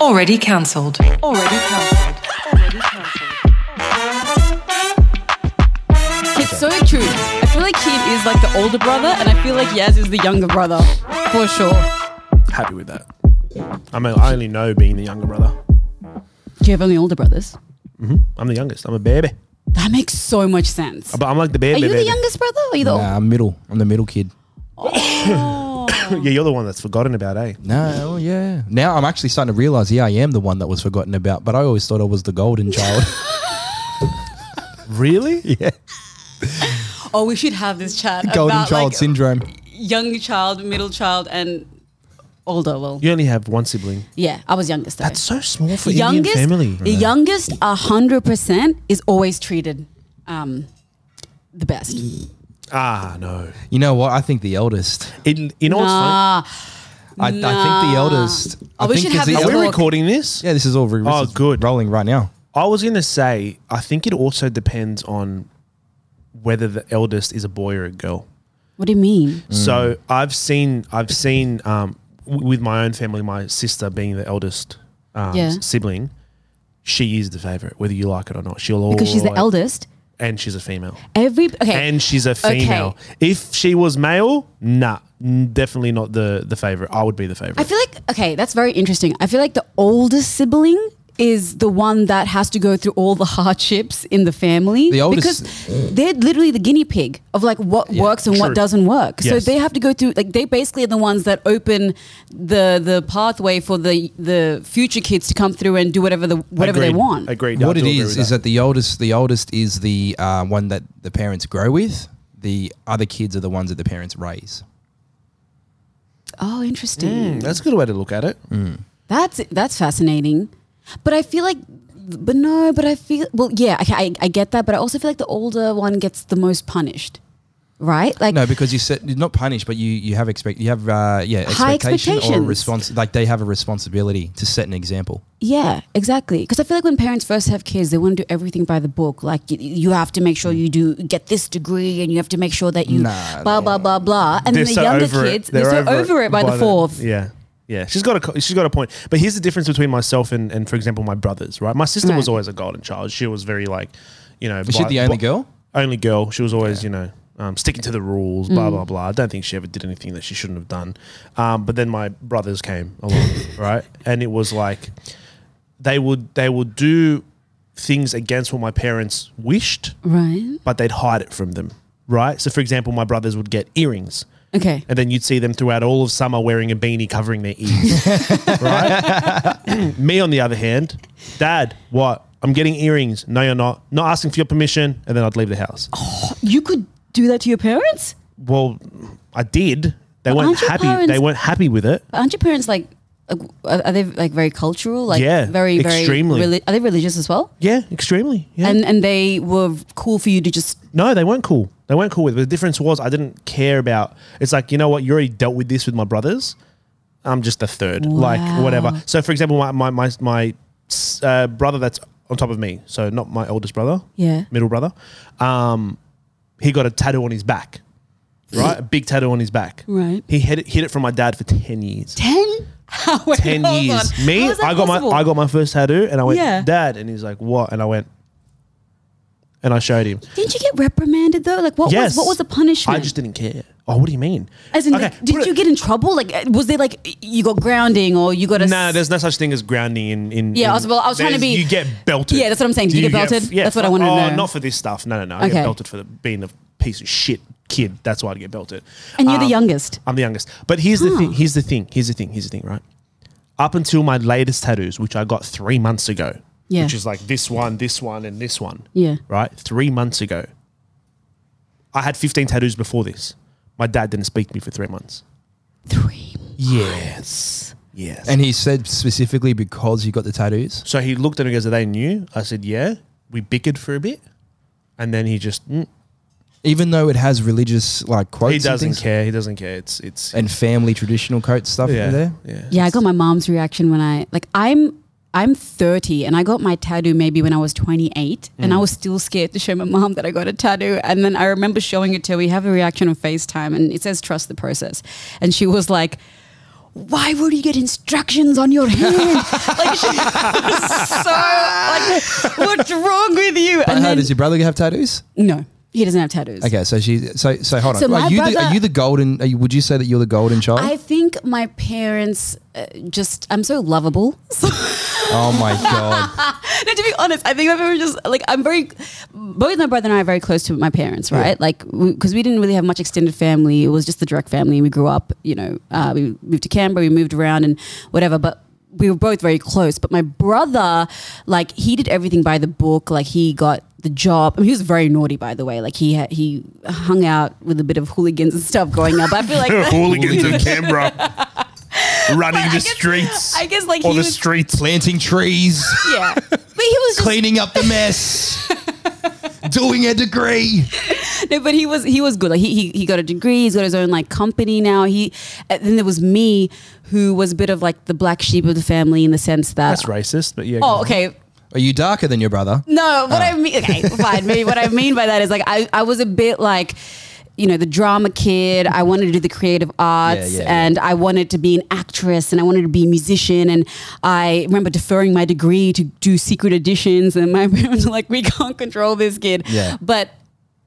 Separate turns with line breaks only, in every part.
Already cancelled. Already cancelled. Already cancelled.
It's so true. I feel like Kid is like the older brother, and I feel like Yaz is the younger brother. For sure.
Happy with that. I mean, I only know being the younger brother.
Do you have only older brothers?
I'm the youngest. I'm a baby, Uh,
That makes so much sense.
but I'm like
Are
the baby.
you the
baby.
youngest brother or are you the
Nah, I'm middle. I'm the middle kid.
Yeah, you're the one that's forgotten about, eh?
No, oh, yeah. Now I'm actually starting to realize, yeah, I am the one that was forgotten about, but I always thought I was the golden child.
Really?
yeah.
old? Oh, we should have this chat.
Golden
about,
child
like,
syndrome.
Young child, middle child, and older. Well, yeah,
You only have one sibling.
I was youngest. Though.
That's so small for
youngest
Indian family.
The youngest, hundred percent, is always treated um, the best.
Ah, no.
You know what? I think the eldest.
It, you know what's funny?
Ah,
I, I think the eldest.
Oh,
I
we
think
should
it's
have
the
this
Are we
Look.
recording this?
Yeah, this is all. This
Oh,
is
good.
Rolling right now.
I was going to say, I think it also depends on whether the eldest is a boy or a girl.
what do you mean?
So I've seen, I've seen um, w- with my own family, my sister being the eldest um,
Yeah.
sibling, she is the favorite, whether you like it or not. She'll
Because she's the
always-
eldest.
and she's a female,
Every okay.
and she's a
Okay.
female. If she was male, nah, n- definitely not the the favorite. I would be the favorite.
I feel like okay, that's very interesting. I feel like the oldest sibling is the one that has to go through all the hardships in the family.
The oldest-
because they're literally the guinea pig of like what works and
true.
what doesn't work. So
Yes.
they have to go through like they basically are the ones that open the the pathway for the the future kids to come through and do whatever the whatever they
Agreed.
want.
Agreed.
what
I
it
do agree
is
with
is that the oldest, the oldest is the uh, one that the parents grow with. The other kids are the ones that the parents raise.
Oh, interesting.
Mm, that's a good way to look at it.
That's that's fascinating. But I feel like but no, but I feel well yeah, okay, I I get that, but I also feel like the older one gets the most punished. Right? Like
No, because you said you're not punished, but you you have expect you have uh, yeah
High
expectation or
expectations.
response. Like they have a responsibility to set an example.
Yeah, exactly. Because I feel like when parents first have kids, they want to do everything by the book. Like you, you have to make sure you do get this degree, and you have to make sure that you
Nah,
blah blah blah blah. And then the younger kids, they're, so over it by, the fourth.
yeah, yeah. She's got a co- she's got a point. But here's the difference between myself and, and for example my brothers. Right, my sister was
Right.
always a golden child. She was very like, you know,
Is she
bi-
the only
bi-
girl?
Only girl. She was always you know um, sticking to the rules.
Mm.
Blah blah blah. I don't think she ever did anything that she shouldn't have done. Um, but then my brothers came along, right, and it was like they would they would do things against what my parents wished,
Right.
but they'd hide it from them. Right. So, for example, my brothers would get earrings
Okay.
and then you'd see them throughout all of summer wearing a beanie covering their ears. right? Me, on the other hand, Dad, what? I'm getting earrings. No, you're not. Not asking for your permission. And then I'd leave the house.
Oh. You could do that to your parents.
Well, I did. They weren't
aren't your
happy.
parents-
They weren't happy with it.
But aren't your parents like? like, Are are they like very cultural? Like
Yeah,
very very
extremely.
reli- are they religious as well?
Yeah, extremely. Yeah.
And and they were cool for you to just
no, they weren't cool. They weren't cool with it. The difference was I didn't care about. It's like you know what? You already dealt with this with my brothers. I'm just the third, like
Wow.
whatever. So for example, my my my, my uh, brother that's on top of me, so not my oldest brother,
yeah.
middle brother, um, he got a tattoo on his back, right? a big tattoo on his back.
Right.
He hid it, hid it from my dad for ten years.
Ten. Wait,
Ten
hold
years.
on.
Me,
How is that
I got
possible?
my I got my first tattoo, and I went,
Yeah.
Dad, and he's like, What? And I went, and I showed him.
Didn't you get reprimanded though? Like Oh, what
yes.
was what was the punishment?
I just didn't care. Oh, what do you mean?
As in,
Okay,
like, did
put
you
it-
get in trouble? Like, uh, was there like you got grounding or you got a?
No,
s-
there's no such thing as grounding in. in
Yeah, I was-
in-
well, I was trying to
there's-
be-
You get belted.
Yeah, that's what I'm saying. Did you get belted?
f- yeah,
That's what I
fuck-
wanted to
oh,
know.
not for this stuff. No, no, no. I get
Okay.
belted for the, being a piece of shit kid. That's why I get belted.
And you're the
Um,
youngest.
I'm the youngest. But here's the thing. Here's the thing. Here's the thing. Here's the thing. Right. Up until my latest tattoos, which I got three months ago,
Yeah.
which is like this one, this one, and this one.
Yeah.
Right. Three months ago, I had 15 tattoos before this. My dad didn't speak to me for three months.
Three.
Yes. Yes.
And he said specifically because you got the tattoos.
So he looked at me and goes, Are they new? I said, Yeah. We bickered for a bit. And then he just, mm,
even though it has religious like quotes
he doesn't
and, things,
care. He doesn't care. It's, it's,
and family traditional quote stuff
yeah.
in there.
Yeah.
Yeah, I got my mom's reaction when I like I'm I'm 30 and I got my tattoo maybe when I was 28 and I
Mm.
was still scared to show my mom that I got a tattoo and then I remember showing it to her. We have a reaction on FaceTime and it says trust the process and she was like why would you get instructions on your hand? like she was so like, what's wrong with you?
But how does your brother have tattoos?
no, he doesn't have tattoos.
Okay, so she, so so hold on.
So my
are, you the,
brother-
are you the golden? Are you, would you say that you're the golden child?
I think my parents uh, just, I'm so lovable. So,
oh my god!
no, to be honest, I think my parents just, like, I'm very, both my brother and I are very close to my parents, right? Like, because we, didn't really have much extended family. It was just the direct family. We grew up, you know, uh, we moved to Canberra, we moved around and whatever, but we were both very close. But my brother, like, he did everything by the book. Like, he got the job. I mean, he was very naughty, by the way. Like, he had, he hung out with a bit of hooligans and stuff growing up. I feel like
Hooligans in Canberra running the
guess-
streets.
I guess, like,
or
he
the
was-
streets.
Planting trees,
Yeah. But he was just
cleaning up the mess, doing a degree.
no, but he was he was good. Like he, he he got a degree. He's got his own like company now. He and then there was me, who was a bit of like the black sheep of the family in the sense that
That's racist, but yeah. go
oh
on.
okay
Are you darker than your brother?
no what I mean okay fine maybe what I mean by that is like I I was a bit like. You know, the drama kid. I wanted to do the creative arts
yeah, yeah.
and I wanted to be an actress and I wanted to be a musician. And I remember deferring my degree to do secret editions. And my parents were like, we can't control this kid.
Yeah.
But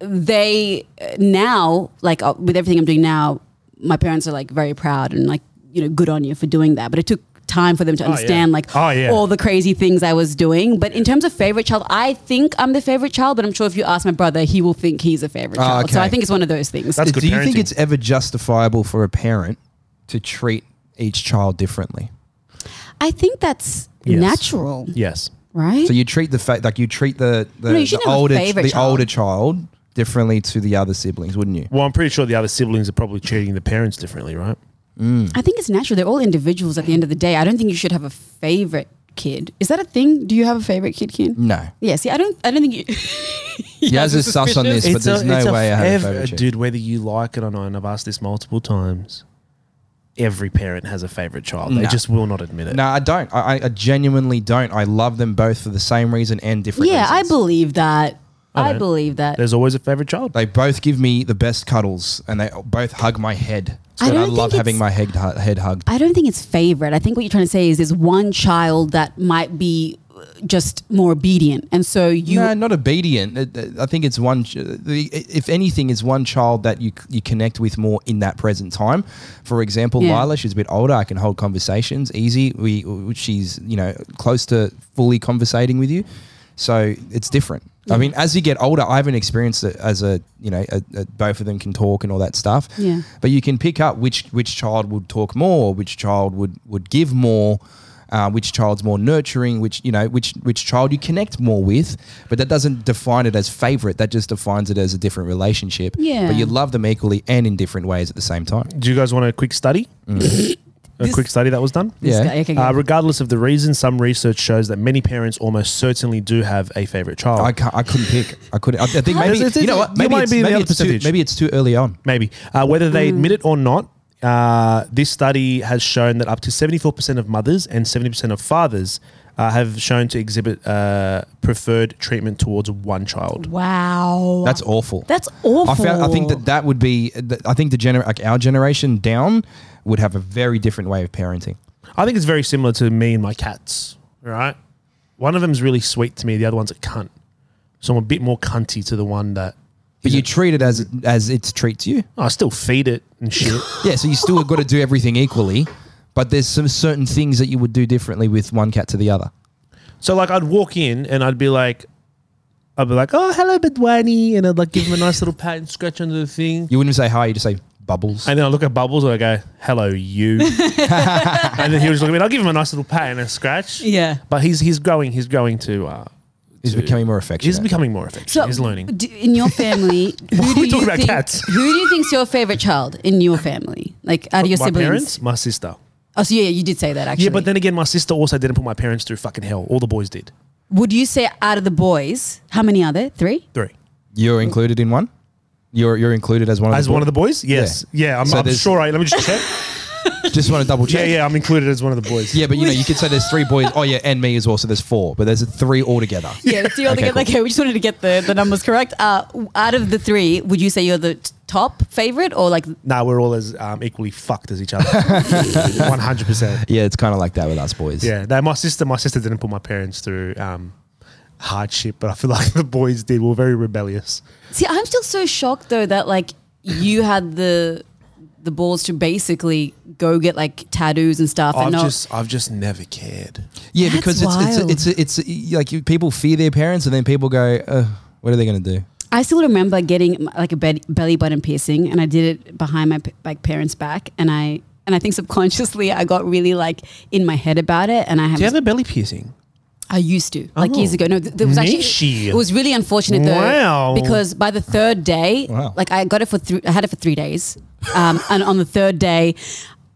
they uh, now like uh, with everything I'm doing now, my parents are like very proud and like you know good on you for doing that. But it took time for them to
yeah.
understand like
Oh, yeah.
all the crazy things I was doing. But in terms of favorite child, I think I'm the favorite child. But I'm sure if you ask my brother, he will think he's a favorite
Oh,
child. So
okay.
I think it's one of those things.
That's good
Do you think
parenting.
it's ever justifiable for a parent to treat each child differently?
I think that's
Yes.
natural,
Yes.
right?
So you treat the fa- like you treat the the,
No, you
the
shouldn't have a
older
favourite
the
child.
older child differently to the other siblings, wouldn't you?
Well, I'm pretty sure the other siblings are probably treating the parents differently, right?
I think it's natural. They're all individuals at the end of the day. I don't think you should have a favorite kid. Is that a thing? Do you have a favorite kid, Ken?
No.
Yeah, see, I don't. I don't think you.
Yaz is sus on this, but there's no way I have a
ev-
favorite child.
Dude, whether you like it or not, and I've asked this multiple times, every parent has a favorite child. They
Nah.
just will not admit it.
No, I don't. I, I- I genuinely don't. I love them both for the same reason and different.
Yeah, I
reasons.
believe that. I,
don't-
believe that.
There's always a favorite child.
They both give me the best cuddles, and they both hug my head.
I
and I
don't
love
think
having
it's-
my head hu- head hugged.
I don't think it's favorite. I think what you're trying to say is there's one child that might be uh, just more obedient, and so you.
no, not obedient. It- it- I think it's one. ch- the- If anything, is one child that you you connect with more in that present time. For example,
Yeah.
Lila, she's a bit older. I can hold conversations easy. We she's you know close to fully conversating with you, so it's different. I mean, as you get older, I haven't experienced it as a you know a, a, both of them can talk and all that stuff.
Yeah.
But you can pick up which which child would talk more, which child would would give more, uh, which child's more nurturing, which you know which which child you connect more with. But that doesn't define it as favorite. That just defines it as a different relationship.
Yeah.
But you love them equally and in different ways at the same time.
Do you guys want a quick study? a quick study that was done?
This
Mm. yeah.
guy- okay,
Uh,
go.
regardless of the reason, some research shows that many parents almost certainly do have a favorite child.
I can't, I couldn't pick. I couldn't. I think
It's-
maybe
it's-
you know what?
you
Maybe
might
it's,
be the
maybe,
other
it's too,
percentage.
maybe it's too early on.
Maybe. Uh, whether they
Mm.
admit it or not, uh, this study has shown that up to 74% of mothers and 70% of fathers uh, have shown to exhibit uh, preferred treatment towards one child.
wow,
That's awful.
That's awful.
I, found, I think that that would be. th- I think the gener- like our generation down would have a very different way of parenting.
I think it's very similar to me and my cats, right? One of them's really sweet to me, the other one's a cunt. So I'm a bit more cunty to the one that oh,
But you treat it as as it treats you.
I still feed it and shit.
Yeah, so you still got to do everything equally, but there's some certain things that you would do differently with one cat to the other.
So like I'd walk in and I'd be like, I'd be like, oh hello Bedwani, and I'd like give him a nice little pat and scratch under the thing.
You wouldn't say hi; you just say bubbles.
And then I look at Bubbles and I go, hello you. and then he was looking at me. I'll give him a nice little pat and a scratch.
Yeah.
But he's he's growing. He's growing to. Uh,
He's becoming more affectionate.
he's becoming more affectionate. he's learning.
d- in your family,
Why
who
are
do
we
you
talking about
think,
cats?
Who do you think's your favorite child in your family? Like out of your
my
siblings?
parents, my sister.
Oh, so yeah, you did say that actually.
Yeah, but then again, my sister also didn't put my parents through fucking hell. All the boys did.
would you say out of the boys, how many are there? Three.
Three.
you're included in one. You're you're included as one of
As
the
one of the boys? Yes. Yeah, I'm,
So
I'm
there's-
sure I. Let me just check.
Just want to double
Yeah,
check.
yeah, I'm included as one of the boys.
Yeah, but you know, you could say there's three boys. Oh yeah, and me as well. So there's four, but there's three altogether.
Yeah, let's do all
Okay,
together.
cool.
Okay, we just wanted to get the, the numbers correct. Uh, w- out of the three, would you say you're the t- top favorite or like
Nah, we're all as um, equally fucked as each other. 100%.
Yeah, it's kind of like that with us boys.
Yeah. No, my sister, my sister didn't put my parents through um, hardship, but I feel like the boys did. We were very rebellious.
See, I'm still so shocked though that like you had the the balls to basically go get like tattoos and stuff and
I've
not
just, I've just never cared.
yeah,
That's
because it's
wild.
it's, it's it's like you, people fear their parents, and then people go, uh, "What are they going to do?"
I still remember getting like a bed, belly button piercing, and I did it behind my p- like parents' back, and I and I think subconsciously I got really like in my head about it, and I have
a belly piercing?
I used to like
Oh.
years ago. No, th- there was
Niche-y.
actually it was really unfortunate though
Wow.
because by the third day,
Wow.
like I got it for three, I had it for three days, um, and on the third day,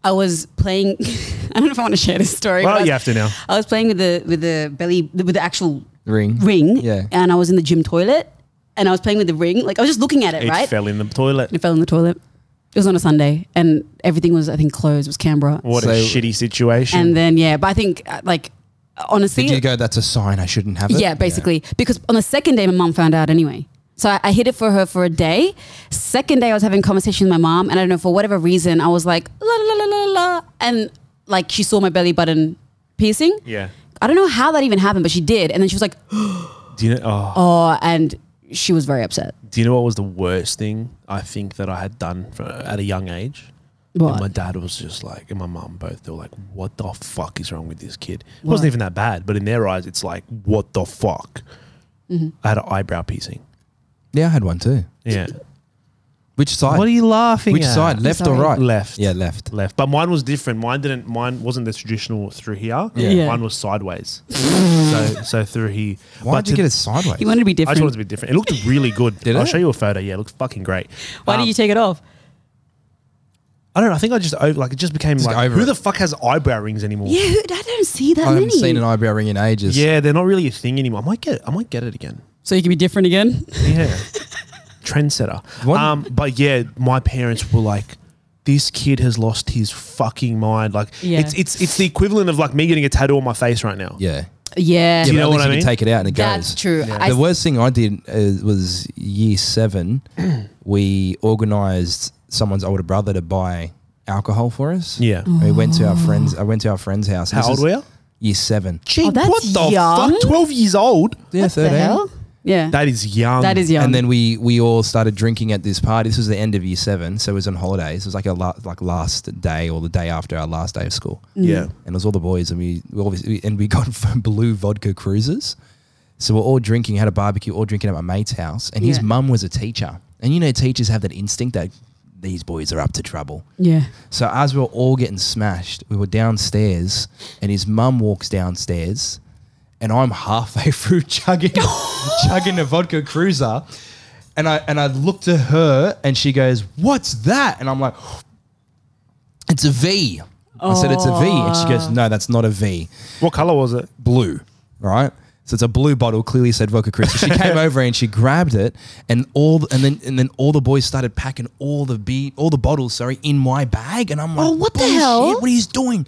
I was playing. I don't know if I want to share this story.
Well,
but I-
you have to now.
I was playing with the with the belly with the actual
Ring.
ring,
Yeah.
and I was in the gym toilet, and I was playing with the ring. Like I was just looking at it,
It
right?
fell in the toilet.
And it fell in the toilet. It was on a Sunday, and everything was I think closed. It was Canberra,
What a
So-
shitty situation.
and then yeah, but I think uh, like honestly,
Did you go? That's a sign. I shouldn't have it.
yeah, basically. Because on the second day, my mom found out anyway. So I, I hid it for her for a day. Second day, I was having a conversation with my mom, and I don't know for whatever reason, I was like la la la la la, and like she saw my belly button piercing.
yeah.
I don't know how that even happened, but she did, and then she was like,
Do you know? Oh,
"Oh," and she was very upset.
do you know what was the worst thing I think that I had done for, at a young age? And
What?
my dad was just like, and my mum both, they were like, what the fuck is wrong with this kid? It wasn't even that bad, but in their eyes, it's like, what the fuck? I had an eyebrow piercing.
Yeah, I had one too.
Yeah.
Which side?
what are you laughing
Which
at?
side? Left or
Sorry.
right?
Left.
Yeah, left.
Left. But mine was different. Mine didn't, mine wasn't the traditional through here.
Yeah.
Yeah.
Mine was sideways. so, so through here.
Why
But
did you
to-
get it sideways?
You wanted to be
I
different.
just wanted to be different. It looked really good.
Did
I'll
it?
show you a photo. Yeah, it looked fucking great.
Why
Um,
did you take it off?
I don't know. I think I just over, like it just became like
over
who
it.
the fuck has eyebrow rings anymore?
Yeah, who- I don't see that
I
many.
haven't seen an eyebrow ring in ages.
Yeah, they're not really a thing anymore. I might get I might get it again.
so you can be different again.
Yeah. Trendsetter.
What-
Um, but yeah, my parents were like, this kid has lost his fucking mind. Like
Yeah.
it's it's it's the equivalent of like me getting a tattoo on my face right now.
Yeah.
yeah,
you
but
know
at
what
least
I
you
mean?
Can take it out and it
That's
goes.
true. Yeah. I-
the worst thing I did uh, was year seven. we organised someone's older brother to buy alcohol for us.
Yeah.
we went to our
Oh.
friends. I went to our friend's house.
How
This
old
is
were you?
Year seven.
Gee,
Oh, that's
what the
young.
fuck? Twelve years old?
Yeah,
the hell? Yeah,
That is young.
that is young.
And then we we all started drinking at this party. This was the end of year seven, so it was on holidays. It was like a la- like last day or the day after our last day of school.
Yeah.
and it was all the boys, and we, we obviously and we got blue vodka cruises. So we're all drinking, had a barbecue, all drinking at my mate's house, and his
Yeah.
mum was a teacher. And you know, teachers have that instinct that these boys are up to trouble.
yeah.
So as we were all getting smashed, we were downstairs, and his mum walks downstairs, and I'm halfway through chugging, chugging a vodka cruiser, and I and I look to her, and she goes, "What's that?" And I'm like, "It's a V." I said, "It's a V," and she goes, "No, that's not a V."
What colour was it?
blue, right? So it's a blue bottle, clearly said Vodka Cruiser. She came over and she grabbed it, and all the, and then and then all the boys started packing all the be all the bottles, sorry, in my bag, and I'm like,
Oh, what the
"Bullshit,
hell?"
What are you doing?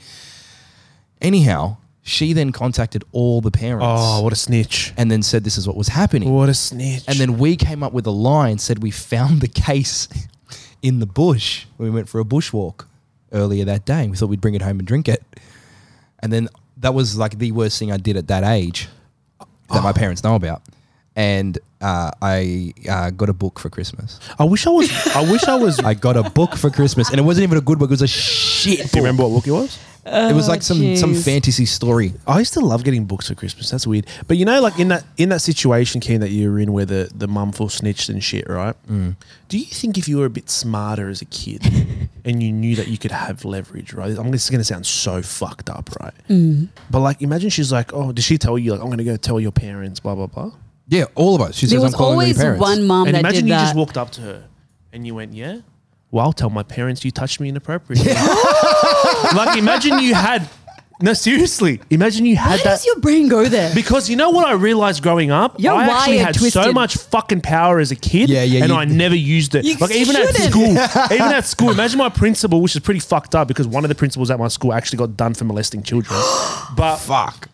Anyhow, she then contacted all the parents
Oh, what a snitch.
and then said this is what was happening,
What a snitch.
and then we came up with a line said we found the case in the bush. We went for a bushwalk earlier that day, and we thought we'd bring it home and drink it, and then that was like the worst thing I did at that age that my parents know about. And uh, I uh, got a book for Christmas.
I wish I was I wish I was
I got a book for Christmas, and it wasn't even a good book. It was a
Do
shit
you
book.
remember what book it was?
It was like some some
jeez.
fantasy story.
I used to love getting books for Christmas. That's weird. But you know, like in that in that situation, Keen, that you were in where the, the mum full snitched and shit, right? Do you think if you were a bit smarter as a kid and you knew that you could have leverage, right? I'm just gonna sound so fucked up, right?
Mm.
But like imagine she's like, Oh, did she tell you like I'm gonna go tell your parents, blah blah blah?
Yeah, all of us. She
There
says
was
I'm calling all your
always
parents.
one mom
and
that
imagine
did
you
that.
just walked up to her and you went, Yeah? Well, I'll tell my parents you touched me inappropriately. like imagine you had No, seriously. Imagine you
Why
had that.
does your brain go there?
Because you know what I realized growing up,
You're
I actually
wired
had so
twisted.
much fucking power as a kid,
Yeah, yeah,
and
you-
I never used it.
You
like even at
shouldn't.
school, even at school. Imagine my principal, which is pretty fucked up because one of the principals at my school actually got done for molesting children. but
Fuck.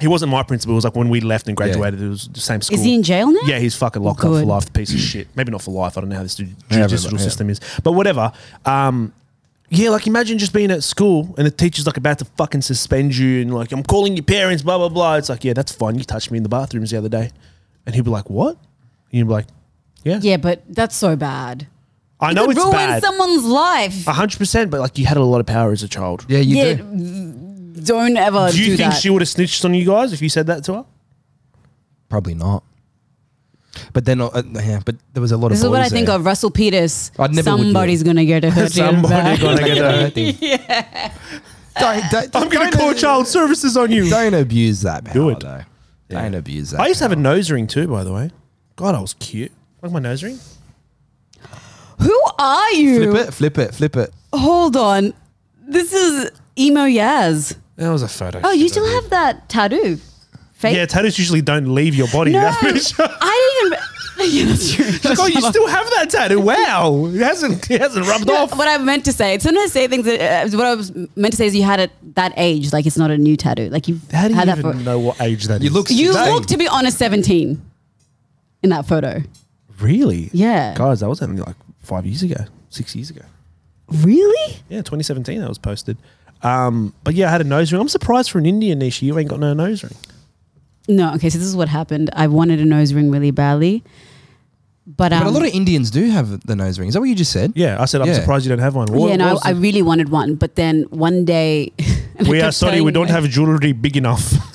he wasn't my principal. It was like when we left and graduated, it was the same school.
he in jail now?
Yeah, he's fucking locked up for
Good.
life, piece of shit. Maybe not for life. I don't know how this ju-
Yeah,
judicial
but- yeah.
system is, but whatever. Um, yeah, like imagine just being at school and the teacher's like about to fucking suspend you and like I'm calling your parents, blah blah blah. It's like yeah, that's fine. You touched me in the bathrooms the other day, and he'd be like, "What?" And you'd be like, "Yeah,
yeah, but that's so bad.
I know
Could
it's
ruin
bad, Uh,
someone's life.
hundred percent." But like you had a lot of power as a child.
Yeah, you
yeah,
do.
don't ever
Do
do,
you think
that.
she would have snitched on you guys if you said that to her?
Probably not. But then, uh, yeah, but there was a lot
this
of.
is what
boys
I think
there.
of Russell Peters.
I'd never would do
Somebody's
it.
gonna get a hurt.
Somebody
Somebody
gonna get a hurt.
yeah. Don't, don't,
I'm gonna
don't-
call child services on you.
Don't abuse that power,
Do it.
though. Don't abuse that.
I used to have a nose ring too, by the way. God, I was cute. Like my nose ring.
Who are you?
flip it, flip it, flip it. Oh,
Hold on. This is emo Yaz.
That was a photo.
Oh, you still have that tattoo? Fake?
Yeah, tattoos usually don't leave your body.
no,
That's for sure.
I didn't even. yeah, that's true.
God, you still have that tattoo. Wow. It hasn't it hasn't rubbed
No,
off.
what I meant to say. Sometimes I say things. That, uh, what I was meant to say is you had it that age. Like it's not a new tattoo. Like you
How do you
had that
even
for.
know what age that is?
You look-
You
today?
look to be honest, seventeen. In that photo.
really?
Yeah.
Guys, that was only like five years ago, six years ago.
Really?
Yeah, 2017 that was posted. Um, but yeah, I had a nose ring. I'm surprised for an Indian Nisha, you ain't got no nose ring.
No. Okay. So this is what happened. I wanted a nose ring really badly, but um,
But a lot of Indians do have the nose ring. Is that what you just said?
Yeah, I said I'm
Yeah.
surprised you don't have one. What-
yeah,
what
no,
was
I, I
the-
really wanted one, but then one day. and I
we are
kept
sorry,
telling
we
you,
don't have jewelry big enough.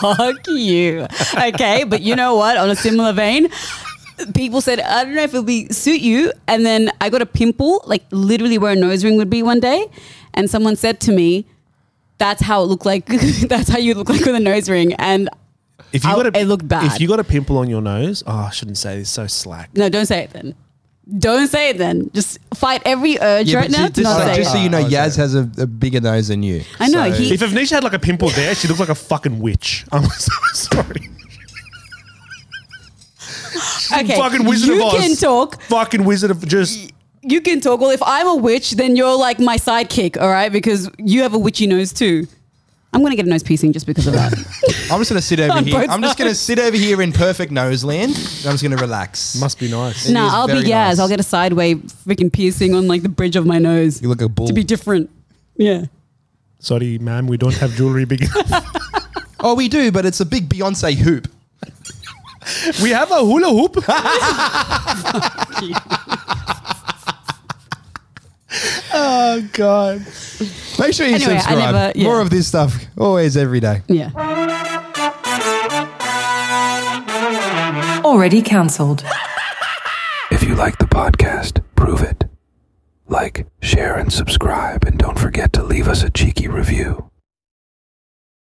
Fuck you. Okay, but you know what? On a similar vein, people said, I don't know if it'll be suit you. And then I got a pimple, like literally where a nose ring would be one day. And someone said to me, That's how it looked like. That's how you look like with a nose ring. And
If you
I'll-
got a,
it looked bad.
If you got a pimple on your nose, oh, I shouldn't say this. So slack.
no, don't say it then. Don't say it then. Just fight every urge
Yeah,
right
but
now
ju-
to not
just, so,
say
just so
it.
you know,
Oh, okay.
Yaz has a, a bigger nose than you.
I know,
So-
he-
If Avnisha had like a pimple there, she looked like a fucking witch. I'm so sorry.
Okay,
fucking Wizard
you
of Oz.
can talk.
Fucking Wizard of just.
You can talk. Well, if I'm a witch, then you're like my sidekick, all right? Because you have a witchy nose too. I'm gonna get a nose piercing just because of that.
I'm just gonna sit over
On
here.
both
I'm just gonna sit over here in perfect nose land. and I'm just gonna relax.
Must be nice.
It
no,
is
I'll be
very
Yaz.
nice.
I'll get a sideway freaking piercing on like the bridge of my nose
you look a bull.
to be different. Yeah.
Sorry, ma'am, we don't have jewelry big enough.
oh, we do, but it's a big Beyonce hoop.
we have a hula hoop. oh, God.
Make sure you
Anyway, I
subscribe.
never- yeah.
More of this stuff, always every day.
Yeah.
Already cancelled.
If you like the podcast, prove it. Like, share, and subscribe, and don't forget to leave us a cheeky review.